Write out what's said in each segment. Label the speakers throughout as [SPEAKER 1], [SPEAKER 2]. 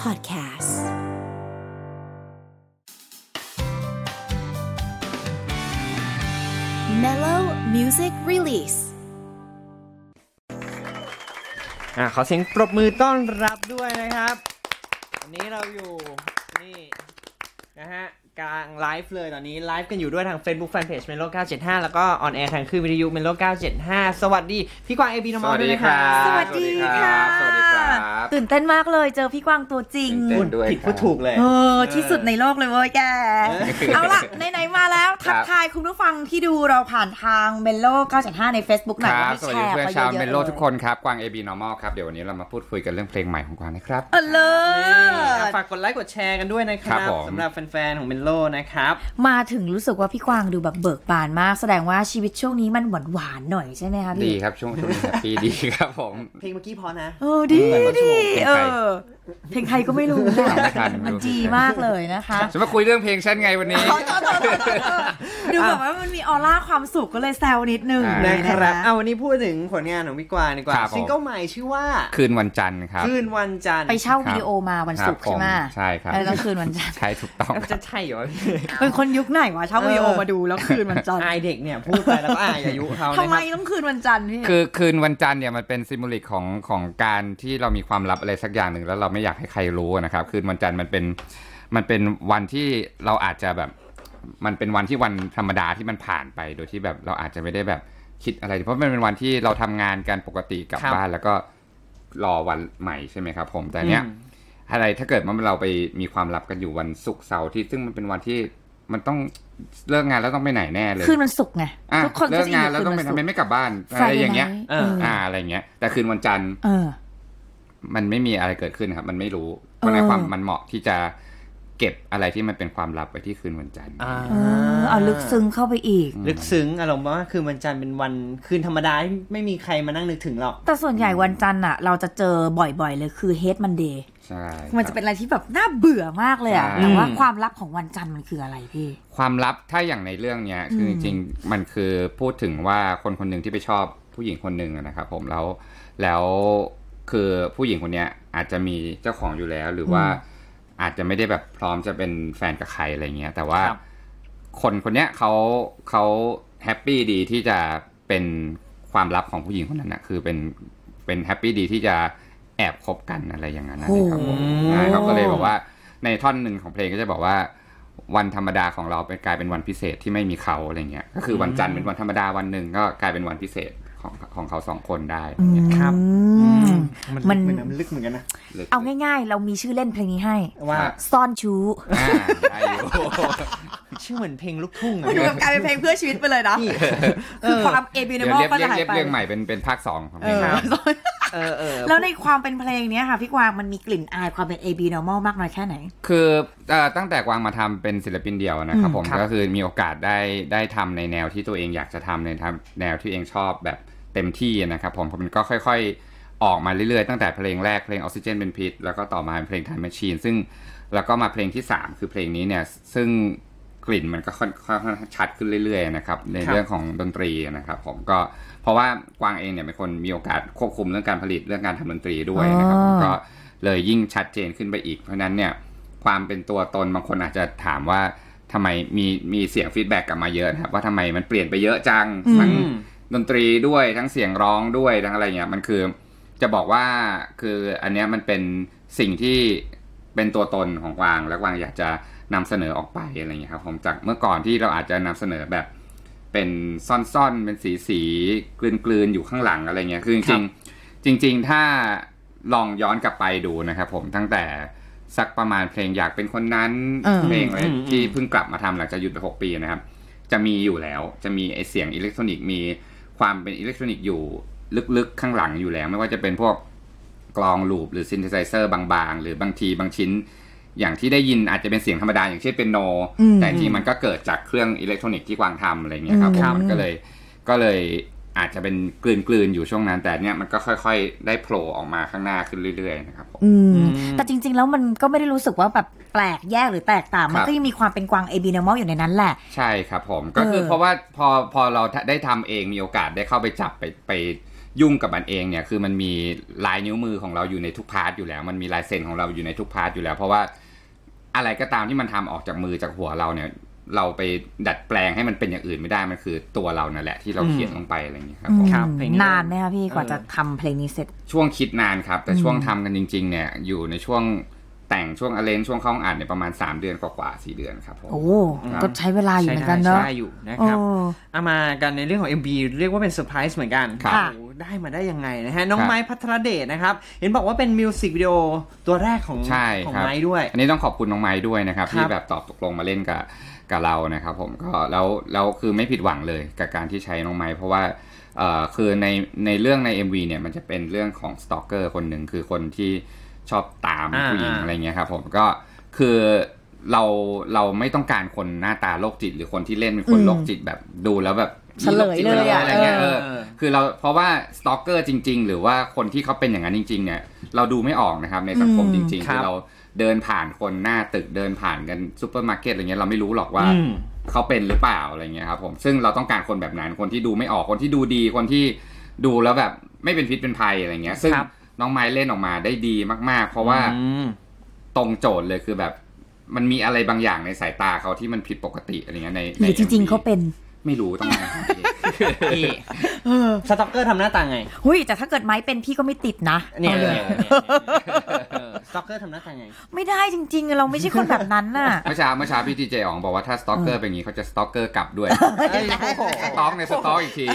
[SPEAKER 1] Podcast Mellow Music Release
[SPEAKER 2] อ่ะขอเสียงปรบมือต้อนรับด้วยนะครับ วันนี้เราอยู่นี่นะฮะกลางไลฟ์เลยตอนนี้ไลฟ์กันอยู่ด้วยทาง Facebook Fanpage Melo 975 แล้วก็ออนแอร์ทางคลื่นวิทยุ Melo 975 สวัสดี พี่กวาง AB นมอด้วยนะครั
[SPEAKER 3] สวั
[SPEAKER 2] บ
[SPEAKER 3] สดีค่ะ
[SPEAKER 4] สวัสดีครับ
[SPEAKER 3] ตื่นเต้นมากเลยเจอพี่กวางตัวจริง
[SPEAKER 4] ตื่น
[SPEAKER 2] พูด
[SPEAKER 4] เต้น
[SPEAKER 2] ผิดพูดถูกเลย
[SPEAKER 3] เออ ที่สุดในโลกเลยเว้ยแก เอาล่ะ ไหน ๆ มาแล้ว
[SPEAKER 4] ครั
[SPEAKER 3] ทั
[SPEAKER 4] บ
[SPEAKER 3] กทายคุณผู้ฟังที่ดูเราผ่านทางเมนโล975 ใน Facebook ห
[SPEAKER 4] ค
[SPEAKER 3] น่อย
[SPEAKER 4] รับ
[SPEAKER 3] ให้
[SPEAKER 4] สวัส
[SPEAKER 3] แช
[SPEAKER 4] ดี
[SPEAKER 3] ร์
[SPEAKER 4] เพื่อน
[SPEAKER 3] ไปเย
[SPEAKER 4] ชาว
[SPEAKER 3] อะๆ
[SPEAKER 4] เมนโล
[SPEAKER 3] ย
[SPEAKER 4] ทุกคนครับ กวาง AB Normal ครับ เดี๋ยววันนี้เรามาพูดคุยกันเรื่องเพลงใหม่ของกวางนะครับ
[SPEAKER 3] เออเลิศ
[SPEAKER 2] ฝากกดไลค์กดแชร์กันด้วยนะค
[SPEAKER 4] ครั
[SPEAKER 2] รับบ
[SPEAKER 4] ผม
[SPEAKER 2] สำหรับแฟนๆของ Melo นะครับ
[SPEAKER 3] มาถึงรู้สึกว่าพี่กวางดูแบบเบิกบานมาก แสดงว่าชีวิตช่วงนี้มันหวานๆหน่อยใช่ไหมคะ
[SPEAKER 4] ดี
[SPEAKER 3] พี่
[SPEAKER 4] ครับ ช่วงช่วงนี้แฮปปี้ดีครับผม
[SPEAKER 2] เพลงเมื่อกี้พอนะ
[SPEAKER 3] เออดี
[SPEAKER 2] เหมือนเราชั่ว
[SPEAKER 3] ดี
[SPEAKER 2] โมง
[SPEAKER 3] เออ เพลงใครก็ไม่รู้แหละ
[SPEAKER 4] ไม่ทัน
[SPEAKER 3] มันดีมากเลยนะคะ
[SPEAKER 4] จะมาคุยเรื่องเพลงฉันไงวันนี้
[SPEAKER 3] ดูแบบว่ามันมีออร่าความสุขก็เลยแซวนิดนึง
[SPEAKER 4] อ่า
[SPEAKER 3] เล
[SPEAKER 2] นะ
[SPEAKER 3] ย
[SPEAKER 2] ค
[SPEAKER 3] นะ
[SPEAKER 2] รับ
[SPEAKER 3] คะ
[SPEAKER 2] เอาวันนี้พูดถึงผลงานของพี่กวางดีกว่า
[SPEAKER 4] ครับผม
[SPEAKER 2] ซิงเกิลใหม่ชื่อว่า
[SPEAKER 4] คืนวันจันทร์ครับ
[SPEAKER 2] คืนวันจันทร์
[SPEAKER 3] ไปเช่าวิดีโอมาวันศุกร์
[SPEAKER 4] คบผ
[SPEAKER 3] ใช่ไหม
[SPEAKER 4] ใช่ครับ
[SPEAKER 3] แล้วก็คืนวันจันทร์
[SPEAKER 4] ใช่ถูกต้อง
[SPEAKER 2] จะใช่เหรอ
[SPEAKER 3] เป็นคนยุคไหนวะเช่าวิดีโอมาดูแล้วคืนวันจันทร์
[SPEAKER 2] อายเด็กเนี่ยพูดไปแล้วก็อายอายุเขา
[SPEAKER 3] ทำ
[SPEAKER 2] นะค
[SPEAKER 3] ไม
[SPEAKER 2] รับ
[SPEAKER 3] ต้องคืนวันจันทร์พี่
[SPEAKER 4] คือคืนวันจันทร์เนี่ยมันเป็นซิม o ลิกของของการที่เรามีความลับอะไรสักอย่างหนึ่งแล้วเราไม่อยากให้ใครรู้นะครับ คืนวันจันทร์มันเป็นมันเป็นวันที่เราอาจจะแบบ มันเป็นวันที่วันธรรมดาที่มันผ่านไปโดยที่แบบเราอาจจะไม่ได้แบบคิดอะไร เพราะมันเป็นวันที่เราทำงานกันปกติกลับ
[SPEAKER 2] ครับ
[SPEAKER 4] บ้านแล้วก็รอวันใหม่ใช่ไหมครับผมแต่เนี้ย
[SPEAKER 2] อืม
[SPEAKER 4] อะไรถ้าเกิดมันเราไปมีความลับกันอยู่วันศุกร์เสาร์อาที่ซึ่งมันเป็นวันที่มันต้องเลิกงานแล้วต้องไปไหนแน่เลย
[SPEAKER 3] คืนวันศุกร์ไง
[SPEAKER 4] อ่ะ
[SPEAKER 3] ทุกคน
[SPEAKER 4] เลิ
[SPEAKER 3] ก็
[SPEAKER 4] ก
[SPEAKER 3] จะ
[SPEAKER 4] งา
[SPEAKER 3] ยู่
[SPEAKER 4] นแล้วต้องไปทำไมไม่กลับบ้าน
[SPEAKER 3] คืนวั
[SPEAKER 4] อะไร
[SPEAKER 3] นศุกร์
[SPEAKER 4] อย่างเงี้ย
[SPEAKER 3] Friday night
[SPEAKER 2] เออ
[SPEAKER 4] อ่าอะไรอย่างเงี้ย แต่คืนวันจันทร์
[SPEAKER 3] เออ
[SPEAKER 4] มันไม่มีอะไรเกิดขึ้นครับ มันไม่รู้เพ
[SPEAKER 3] เออ
[SPEAKER 4] ราะในความมันเหมาะที่จะเก็บอะไรที่มันเป็นความลับไว้ที่คืนวันจันทร์
[SPEAKER 2] อ่า
[SPEAKER 3] เออเอาลึกซึ้งเข้าไปอีก
[SPEAKER 2] ลึกซึ้งอารมณ์ว่าคืนวันจันทร์เป็นวันคืนธรรมดาที่ไม่มีใครมานั่งนึกถึงหรอก
[SPEAKER 3] แต่ส่วนใหญ่วันจันทร์อ่ะ เราจะเจอบ่อยๆเลยคือเฮดมันเดย์
[SPEAKER 4] ใช่
[SPEAKER 3] มัน
[SPEAKER 4] ค
[SPEAKER 3] จะ
[SPEAKER 4] รับ
[SPEAKER 3] เป็นอะไรที่แบบน่าเบื่อมากเลยอ่ะ
[SPEAKER 4] ใช่
[SPEAKER 3] แต่ว่าความลับของวันจันทร์มันคืออะไรพี่
[SPEAKER 4] ความลับถ้าอย่างในเรื่องเนี้ยคือ
[SPEAKER 3] อื
[SPEAKER 4] จ
[SPEAKER 3] ม
[SPEAKER 4] ริงๆมันคือพูดถึงว่าคนคนหนึ่งที่ไปชอบผู้หญิงคนหนึ่งอะนะครับผมแล้วแล้วคือผู้หญิงคนเนี้ยอาจจะมีเจ้าของอยู่แล้ว หรือว่าอาจจะไม่ได้แบบพร้อมจะเป็นแฟนกับใครอะไรเงี้ยแต่ว่า
[SPEAKER 2] ครับ
[SPEAKER 4] คนคนเนี้ยเขาเขาแฮปปี้ดีที่จะเป็นความลับของผู้หญิงคนนั้นนะคือเป็นเป็นแฮปปี้ดีที่จะแอบคบกันอะไรอย่างนั้นนะครับผมใช่เขาก็เลยบอกว่า ในท่อนหนึ่งของเพลงก็จะบอกว่า วันธรรมดาของเราเป็นกลายเป็นวันพิเศษที่ไม่มีเขาอะไรเงี้ยก็คือวันจันทร์เป็นวันธรรมดาวันหนึ่งก็กลายเป็นวันพิเศษของของเขาสองคนได้อะไรเงี้ย
[SPEAKER 2] ครับ
[SPEAKER 3] อืม มั
[SPEAKER 2] มัน นลึกเหมือนกันลึกเหมือนกันนะ
[SPEAKER 4] หรื
[SPEAKER 3] เอาง่ายๆ เรามีชื่อเล่นเพลงนี้ให้
[SPEAKER 2] ว่า
[SPEAKER 3] ซ่อนชู้
[SPEAKER 4] อ่าได้อยู่
[SPEAKER 2] ชื่อเหมือนเพลงลูกทุ่งอะ
[SPEAKER 3] มันดูแบบกลายเป็นเพลงเพื่อชีวิตไปเลยนะ
[SPEAKER 2] นี่เอ
[SPEAKER 3] คือ
[SPEAKER 2] อ
[SPEAKER 3] ความเอบิ
[SPEAKER 4] เดี๋
[SPEAKER 3] เน
[SPEAKER 4] ยว
[SPEAKER 3] มอล
[SPEAKER 4] เรียบ
[SPEAKER 3] ก็
[SPEAKER 4] เรีย
[SPEAKER 3] จะ
[SPEAKER 4] บ
[SPEAKER 3] หาย
[SPEAKER 4] เรียบ
[SPEAKER 3] ไป
[SPEAKER 4] เรื่องใหม่เป็นเป็นภาคสองของ
[SPEAKER 3] เอ
[SPEAKER 4] เพลง
[SPEAKER 3] อ
[SPEAKER 4] ครับ
[SPEAKER 2] เออเออ
[SPEAKER 3] แล้วในความเป็นเพลงเนี้ยค่ะ พี่กวางมันมีกลิ่นอายความเป็น AB normal มากน้อยแค่ไหน
[SPEAKER 4] คือเอ่อตั้งแต่กวางมาทำเป็นศิลปินเดี่ยวนะครับ
[SPEAKER 3] อืม
[SPEAKER 4] ผมก็คือมีโอกาสได้ได้ทำในแนวที่ตัวเองอยากจะทำในทางแนวที่เองชอบแบบเต็มที่นะครับผมผมก็ค่อยๆออกมาเรื่อยๆตั้งแต่เพลงแรกเพลงออกซิเจนเป็นพิษแล้วก็ต่อมาเป็นเพลง Time Machine ซึ่ง แล้วก็มาเพลงที่ 3 คือเพลงนี้เนี่ย ซึ่งกลิ่นมันก็ค่อนค่อนข้างชัดขึ้นเรื่อยๆนะครับในเรื่องของดนตรีนะครับผมก็เพราะว่ากวางเองเนี่ยเป็นคนมีโอกาสควบคุมเรื่องการผลิตเรื่องการทำดนตรีด้วยนะครับผ
[SPEAKER 3] อ๋อ
[SPEAKER 4] มก็เลยยิ่งชัดเจนขึ้นไปอีก เพราะฉะนั้นเนี่ยความเป็นตัวตนบางคนอาจจะถามว่าทำไมมีมีเสียงฟีดแบ็กกลับมาเยอะนะครับว่าทำไมมันเปลี่ยนไปเยอะจังทั้ง
[SPEAKER 2] อืม
[SPEAKER 4] ดนตรีด้วยทั้งเสียงร้องด้วยทั้งอะไรเงี้ยมันคือจะบอกว่าคืออันเนี้ยมันเป็นสิ่งที่เป็นตัวตนของกวางและกวางอยากจะนำเสนอออกไปอะไรเงี้ยครับผมจากเมื่อก่อนที่เราอาจจะนำเสนอแบบเป็นซ่อนๆเป็นสีสีกลืนกลืนๆอยู่ข้างหลังอะไรเงี้ยคือ
[SPEAKER 2] ค
[SPEAKER 4] จ
[SPEAKER 2] รั
[SPEAKER 4] ริ
[SPEAKER 2] บ
[SPEAKER 4] งๆจริง ๆ ถ้าลองย้อนกลับไปดูนะครับผมตั้งแต่สักประมาณเพลงอยากเป็นคนนั้น
[SPEAKER 3] เออ
[SPEAKER 4] เพลงอะไรที่เพิ่งกลับมาทำหลังจากหยุดไปหกปีนะครับ จะมีอยู่แล้วจะมีไอเสียงอิเล็กทรอนิกส์มีความเป็นอิเล็กทรอนิกส์อยู่ลึกๆข้างหลังอยู่แล้ว ไม่ว่าจะเป็นพวกกลองลูปหรือซิน t h e ไซเซอร์บางๆ หรือบางทีบางชิ้น อย่างที่ได้ยินอาจจะเป็นเสียงธรรมดาอย่างเช่นเป็นโน
[SPEAKER 3] อืม
[SPEAKER 4] แต่จริงๆมันก็เกิดจากเครื่องอิเล็กทรอนิกส์ที่กวางทำอะไรเงี้ยครับผม
[SPEAKER 3] ครับ
[SPEAKER 4] มันก็เลยก็เลยอาจจะเป็นกลืนๆอยู่ช่วงนั้น แต่เนี่ยมันก็ค่อยๆ ได้โผล่ออกมาข้างหน้าขึ้นเรื่อยๆนะครับผม
[SPEAKER 3] อืม
[SPEAKER 2] อืม
[SPEAKER 3] แต่จริง ๆ แล้วมันก็ไม่ได้รู้สึกว่าแบบแปลกแยกหรือแตกต่าง มัน
[SPEAKER 4] ครับ
[SPEAKER 3] ก็ยังมีความเป็นกวาง AB normal อยู่ในนั้นแหละ
[SPEAKER 4] ใช่ครับผมก็คือ
[SPEAKER 3] เออ
[SPEAKER 4] เพราะว่าพอพอเราได้ทำเองมีโอกาสได้เข้าไปจับไปไป ยุ่งกับมันเองเนี่ยคือมันมีลายนิ้วมือของเราอยู่ในทุกพาร์ทอยู่แล้ว มันมีลายเซ็นของเราอยู่ในทุกพาร์ทอยู่แล้ว เพราะว่าอะไรก็ตามที่มันทำออกจากมือจากหัวเราเนี่ย เราไปดัดแปลงให้มันเป็นอย่างอื่นไม่ได้มันคือตัวเรานั่นแหละที่เราเขียนลงไปอะไรอย่างนี้ยครับผม
[SPEAKER 2] ครับ
[SPEAKER 3] อืม
[SPEAKER 2] เพลงนี้
[SPEAKER 3] นานไหมคะพี่กว่า
[SPEAKER 2] เออ
[SPEAKER 3] จะทำเพลงนี้เสร็จ
[SPEAKER 4] ช่วงคิดนานครับ แต่
[SPEAKER 3] อืม
[SPEAKER 4] ช่วงทำกันจริง ๆ เนี่ย อยู่ในช่วงแต่งช่วงอเลนช่วงเข้าห้องอ่านเนี่ยประมาณ 3 เดือนกว่าๆสี่เดือนครับผม
[SPEAKER 3] โอ้ก็ใช้เวลาอยู่เหมือนกันเนาะ
[SPEAKER 2] ใช้ได้อยู่นะ
[SPEAKER 3] โอ้
[SPEAKER 2] ครับ เอามากันในเรื่องของ MB เรียกว่าเป็นเซอร์ไพรส์เหมือนกัน
[SPEAKER 4] ครับ
[SPEAKER 2] โอ้โหได้มาได้ยังไงนะฮะ น้อง
[SPEAKER 4] ครับ
[SPEAKER 2] ไม้พัทรเดชนะครับ เห็นบอกว่าเป็นมิวสิกวิดีโอตัวแรกของ
[SPEAKER 4] ใช่
[SPEAKER 2] ของ
[SPEAKER 4] ครับ
[SPEAKER 2] ไม้ด้วย
[SPEAKER 4] อันนี้ต้องขอบคุณน้องไม้ด้วยนะครับ
[SPEAKER 2] ครับ
[SPEAKER 4] ที่แบบตอบตกลงมาเล่นกับกับเรานะครับผมก็แล้วแล้วคือไม่ผิดหวังเลยกับการที่ใช้น้องไม้เพราะว่าเอ่อคือในในเรื่องใน MV เนี่ยมันจะเป็นเรื่องของสตอกเกอร์คนหนึ่งคือคนที่ชอบตาม
[SPEAKER 2] อ่า
[SPEAKER 4] ผู้หญิง
[SPEAKER 2] อ่า
[SPEAKER 4] อะไรเงี้ยครับผมก็คือเราเราไม่ต้องการคนหน้าตาโรคจิต หรือคนที่เล่นเป็นคน
[SPEAKER 3] อืม
[SPEAKER 4] โรคจิตแบบดูแล้วแบบ
[SPEAKER 3] เฉลยเลยอะ
[SPEAKER 4] อะไรเงี้ยเออ
[SPEAKER 2] เออ
[SPEAKER 4] คือเราเพราะว่าสตอกเกอร์จริง ๆ หรือว่าคนที่เขาเป็นอย่างนั้นจริง ๆ เนี่ย เราดูไม่ออกนะครับในสังคม
[SPEAKER 3] อืม
[SPEAKER 4] จริงๆ
[SPEAKER 2] ครับ
[SPEAKER 4] ที่เราเดินผ่านคนหน้าตึกเดินผ่านกันซูเปอร์มาร์เก็ตอะไรเงี้ยเราไม่รู้หรอกว่า
[SPEAKER 2] อืม
[SPEAKER 4] เขาเป็นหรือเปล่าอะไรเงี้ยครับผมซึ่งเราต้องการคนแบบนั้นคนที่ดูไม่ออกคนที่ดูดีคนที่ดูแล้วแบบไม่เป็นพิษเป็นภัยอะไรเงี้ยซึ่ง
[SPEAKER 2] ครับ
[SPEAKER 4] น้องไม้เล่นออกมาได้ดีมากๆ เพราะว่า
[SPEAKER 2] อืม
[SPEAKER 4] ตรงโจทย์เลยคือแบบมันมีอะไรบางอย่างในสายตาเขาที่มันผิดปกติอะไรเงี้ยใน
[SPEAKER 3] ห
[SPEAKER 4] ใน
[SPEAKER 3] รือจริง
[SPEAKER 4] MV
[SPEAKER 3] ๆเขาเป็น
[SPEAKER 4] ไม่รู้ต้องมาหาเอง
[SPEAKER 2] นี่สต็อกเกอร์ทำหน้าตาไง
[SPEAKER 3] หุ้ยแต่ถ้าเกิดไม้เป็นพี่ก็ไม่ติดนะ
[SPEAKER 2] เนี่ย
[SPEAKER 3] อาล
[SPEAKER 2] เนี่ยเออสต็อกเกอร์ทำหน้าตาไง
[SPEAKER 3] ไม่ได้จริง ๆ เราไม่ใช่คนแบบนั้นน่ะ
[SPEAKER 4] เมื่อเช้าเมื่อเช้าพี่ดีเจอ๋องบอกว่าถ้าสต็อกเกอร์เป็นอย่างนี้เขาจะสต็อกเกอร์กลับ ด้วย
[SPEAKER 2] เอ้ยโอ้โห
[SPEAKER 4] สต็อกในสต็อกอีกที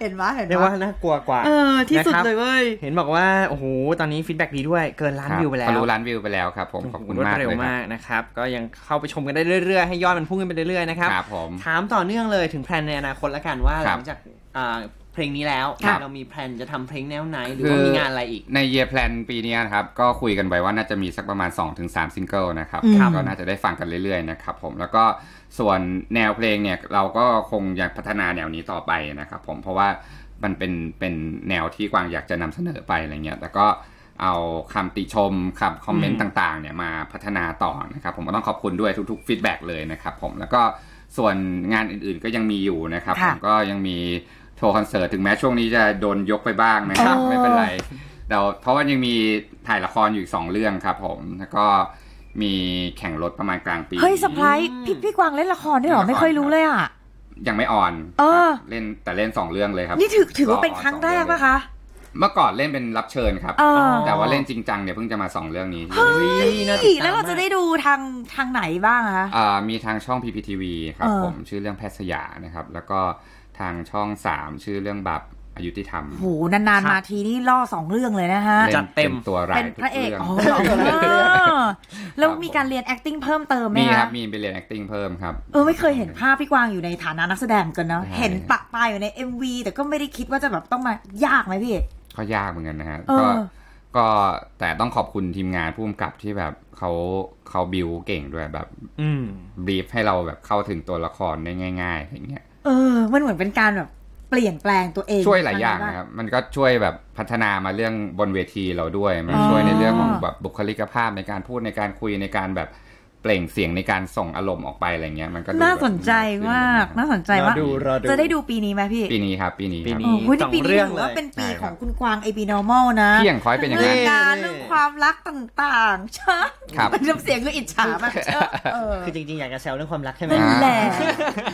[SPEAKER 3] เห็นไหมเห็น
[SPEAKER 2] เรียก
[SPEAKER 3] ไหม
[SPEAKER 2] ว่าน่ากลัวกว่า
[SPEAKER 3] เออที่สุด
[SPEAKER 2] นะครับ
[SPEAKER 3] เลยเว้ย
[SPEAKER 2] เห็นบอกว่า โอ้โห ตอนนี้ฟีดแบ็ดีด้วย เกินล้านวิวไปแล้
[SPEAKER 4] ทะ
[SPEAKER 2] ว
[SPEAKER 4] ลุล้านวิวไปแล้วครับผมขอบคุณ
[SPEAKER 2] รวด
[SPEAKER 4] มาก
[SPEAKER 2] เร็ว
[SPEAKER 4] เลยครั
[SPEAKER 2] มากนะครับ ก็ยังเข้าไปชมกันได้เรื่อยๆ ให้ยอดมันพุ่งขึ้นไปเรื่อยๆ นะครับ
[SPEAKER 4] บครับผม
[SPEAKER 2] ถามต่อเนื่องเลยถึงแพลนในอนาคตละกันว่า
[SPEAKER 4] ค
[SPEAKER 2] ห
[SPEAKER 4] รับ
[SPEAKER 2] ลังจากอ่าเพลงนี้แล้ว
[SPEAKER 4] ครับ
[SPEAKER 2] เรามีแพลนจะทำเพลงแนวไหน หรือ
[SPEAKER 4] คือ
[SPEAKER 2] ว่ามีงานอะไรอีก
[SPEAKER 4] ในเยียร์แพลนปีนี้นะครับ ก็คุยกันไว้ว่าน่าจะมีสักประมาณ 2-3ถึงซิงเกิลนะครับ
[SPEAKER 3] อืม
[SPEAKER 4] ก็น่าจะได้ฟังกันเรื่อยๆนะครับผมแล้วก็ส่วนแนวเพลงเนี่ยเราก็คงอยากพัฒนาแนวนี้ต่อไปนะครับผมเพราะว่ามันเป็นเป็นแนวที่กวางอยากจะนำเสนอไปอะไรเงี้ยแล้วก็เอาคำติชมคำคอมเมนต์
[SPEAKER 2] อืม
[SPEAKER 4] ต่างๆเนี่ยมาพัฒนาต่อนะครับผมก็ต้องขอบคุณด้วยทุกๆฟีดแบ็กเลยนะครับผมแล้วก็ส่วนงานอื่นๆก็ยังมีอยู่นะครับผ
[SPEAKER 3] ค่ะ
[SPEAKER 4] มก็ยังมี โชว์คอนเสิร์ตถึงแม้ช่วงนี้จะโดนยกไปบ้างนะครับ
[SPEAKER 3] เออ
[SPEAKER 4] ไม่เป็นไรเดี๋ยวเพราะว่ายังมีถ่ายละครอยู่อีกสองเรื่องครับผม แล้วก็มีแข่งรถประมาณกลางปี
[SPEAKER 3] เฮ้ยเซอร์ไพรส์
[SPEAKER 2] อืม
[SPEAKER 3] พี่พี่กวางเล่นละครด้วยเหรอ
[SPEAKER 4] เล่นละคร
[SPEAKER 3] ไม่ค่อยรู้เลยอ่ะ
[SPEAKER 4] ยังไม่ออน
[SPEAKER 3] เออ
[SPEAKER 4] ครับเล่นแต่เล่นสองเรื่องเลยครับ
[SPEAKER 3] นี่ถือถือว่าเป็นครั้งแรกปะคะ
[SPEAKER 4] เมื่อก่อนเล่นเป็นรับเชิญครับ
[SPEAKER 3] เออ
[SPEAKER 4] แต่ว่าเล่นจริงจังเนี่ยเพิ่งจะมาสองเรื่องนี้
[SPEAKER 2] เฮ้ยน่าติดตมมก
[SPEAKER 3] แล้วเราจะได้ดูทางทางไหนบ้างอะคะ
[SPEAKER 4] เอ่อมีทางช่อง PPTV ครับ
[SPEAKER 3] เออ
[SPEAKER 4] ผมชื่อเรื่องแพทย์สยานะครับ แล้วก็ทางช่องสามชื่อเรื่องบับอายุติธรรม
[SPEAKER 3] โหนานๆมาทีนี่ล่อสองเรื่องเลยนะฮะ
[SPEAKER 4] ล่นตัวร้าย
[SPEAKER 3] เป็นพระเอก
[SPEAKER 4] ทุ
[SPEAKER 3] อ๋อ
[SPEAKER 4] รื่ง
[SPEAKER 3] เหรอเออแล้ว
[SPEAKER 4] ครับ
[SPEAKER 3] มีการเรียน acting เพิ่มเติมไหม
[SPEAKER 4] มีครับ
[SPEAKER 3] คะ
[SPEAKER 4] มีไปเรียน acting เพิ่มครับ
[SPEAKER 3] เออไม่เคยเห็นภาพพี่กวางอยู่ในฐานะนักแสดงกันเนาะ
[SPEAKER 4] ใช่
[SPEAKER 3] เห็นปะปายอยู่ใน MV แต่ก็ไม่ได้คิดว่าจะแบบต้องมายากไหมพี่
[SPEAKER 4] ก็ยากเหมือนกันนะฮะ
[SPEAKER 3] เออ
[SPEAKER 4] ก็ก็แต่ต้องขอบคุณทีมงานผู้กำกับที่แบบเขาเขาบิวเก่งด้วยแบบ
[SPEAKER 2] อืม
[SPEAKER 4] บีฟให้เราแบบเข้าถึงตัวละครได้ง่ายๆอะไรเงี้ย
[SPEAKER 3] เออมันเหมือนเป็นการแบบเปลี่ยนแปลงตัวเอง
[SPEAKER 4] ช่วยหลายอย่าง
[SPEAKER 3] ทนั้น
[SPEAKER 4] นะครับ มันก็ช่วยแบบพัฒนามาเรื่องบนเวทีเราด้วยมัน
[SPEAKER 3] อ๋อ
[SPEAKER 4] ช่วยในเรื่องของแบบบุคลิกภาพในการพูดในการคุยในการแบบเปล่งเสียงในการส่งอารมณ์ออกไปอะไรเงี้ยมันก็ดูแบบ
[SPEAKER 3] น่าสนใจ
[SPEAKER 4] ขึ้
[SPEAKER 3] มาก
[SPEAKER 4] นะ
[SPEAKER 3] น่าสนใจว่าร
[SPEAKER 2] อดูรอดู
[SPEAKER 3] จะได้ดูปีนี้ไหมพี่
[SPEAKER 4] ปีนี้ครับปีนี้ค
[SPEAKER 2] ปี
[SPEAKER 4] รับ
[SPEAKER 2] นี้
[SPEAKER 3] โอ้โห
[SPEAKER 2] ส
[SPEAKER 3] นี่
[SPEAKER 2] อง
[SPEAKER 3] ปีนี้
[SPEAKER 2] เรื่อง
[SPEAKER 3] ถือ
[SPEAKER 2] เลย
[SPEAKER 3] ว่าเป็นปี
[SPEAKER 4] ใช่ครับ
[SPEAKER 3] ของคุณกวาง AB normal นะ
[SPEAKER 4] พี่อย่างคอยเป็นอย่าง
[SPEAKER 3] เรื่
[SPEAKER 4] นั้
[SPEAKER 3] อน งงานเรื่องความรักต่างๆใช่
[SPEAKER 4] ครับ
[SPEAKER 3] น้ำเสียงคืออิจฉา แบบเชอะเออ
[SPEAKER 2] คือจริงๆ อยากจะแซวเรื่องความรักใช่ไหม
[SPEAKER 3] นั่นแหละ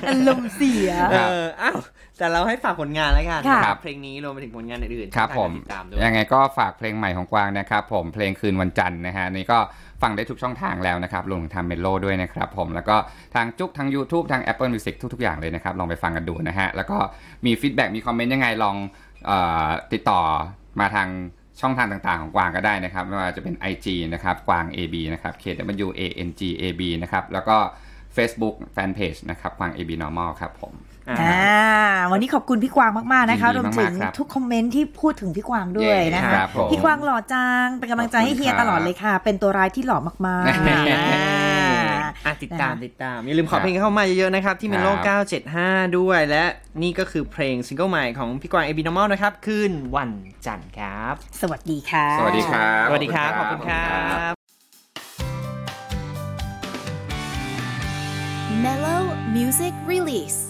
[SPEAKER 3] อารมณ์เสีย
[SPEAKER 2] เอออ้าวแต่เราให้ฝากผลงานแล้วกัน
[SPEAKER 3] ค่ะ
[SPEAKER 2] ครับ เพลงนี้รวมไปถึงผลงานอื่นๆ
[SPEAKER 4] ครับ
[SPEAKER 2] ที่
[SPEAKER 4] ผม
[SPEAKER 2] ติดตามด้วย
[SPEAKER 4] ยังไงก็ฝากเพลงใหม่ของกวางนะครับ ผมเพลงคืนวันจันทร์นะฮะอันนี่ก็ฟังได้ทุกช่องทางแล้วนะครับรวมถึงทางเมโลด้วยนะครับผมแล้วก็ทางจุกทาง YouTube ทาง Apple Music ทุก ๆ อย่างเลยนะครับ ลองไปฟังกันดูนะฮะ แล้วก็มีฟีดแบ็กมีคอมเมนต์ยังไงลองเออติดต่อมาทางช่องทางต่างๆของกวางก็ได้นะครับ ไม่ว่าจะเป็น IG นะครับกวาง AB นะครับ K W A N G A B นะครับแล้วก็ Facebook Fanpage นะครับกวาง AB Normal ครับผม
[SPEAKER 3] อ่าวันนี้ขอบคุณพี่กวางมากๆนะคะ
[SPEAKER 4] ยิ
[SPEAKER 3] ร
[SPEAKER 4] น
[SPEAKER 3] วม
[SPEAKER 4] ดี
[SPEAKER 3] ถึ
[SPEAKER 4] มาก
[SPEAKER 3] ง
[SPEAKER 4] ๆครับ
[SPEAKER 3] ทุกคอมเมนต์ที่พูดถึงพี่กวางด้วยนะ
[SPEAKER 4] ค
[SPEAKER 3] คะ
[SPEAKER 4] รับผม
[SPEAKER 3] พี่กวางหล่อจัง เป็นกำลังใจให้เฮียตลอดเลยค่ะ เป็นตัวร้ายที่หล่อมากๆ
[SPEAKER 4] แน่
[SPEAKER 3] อ่า
[SPEAKER 2] อ่ะติดตาม
[SPEAKER 3] นะคะ
[SPEAKER 2] ติดตาม อย่าลืมขอ
[SPEAKER 4] ครับ
[SPEAKER 2] เพลงเข้ามาเยอะๆนะครับ ที่เมโล
[SPEAKER 4] ครับ
[SPEAKER 2] 975 ด้วยและนี่ก็คือเพลงซิงเกิลใหม่ของพี่กวางเอบีนอมอลนะครับ คืนวันจันทร์ครับ
[SPEAKER 3] สวัสดีค่ะ
[SPEAKER 4] สวัสดีครับ
[SPEAKER 2] สวัสดีครับ ขอบคุณครับ
[SPEAKER 1] Mellow Music Release.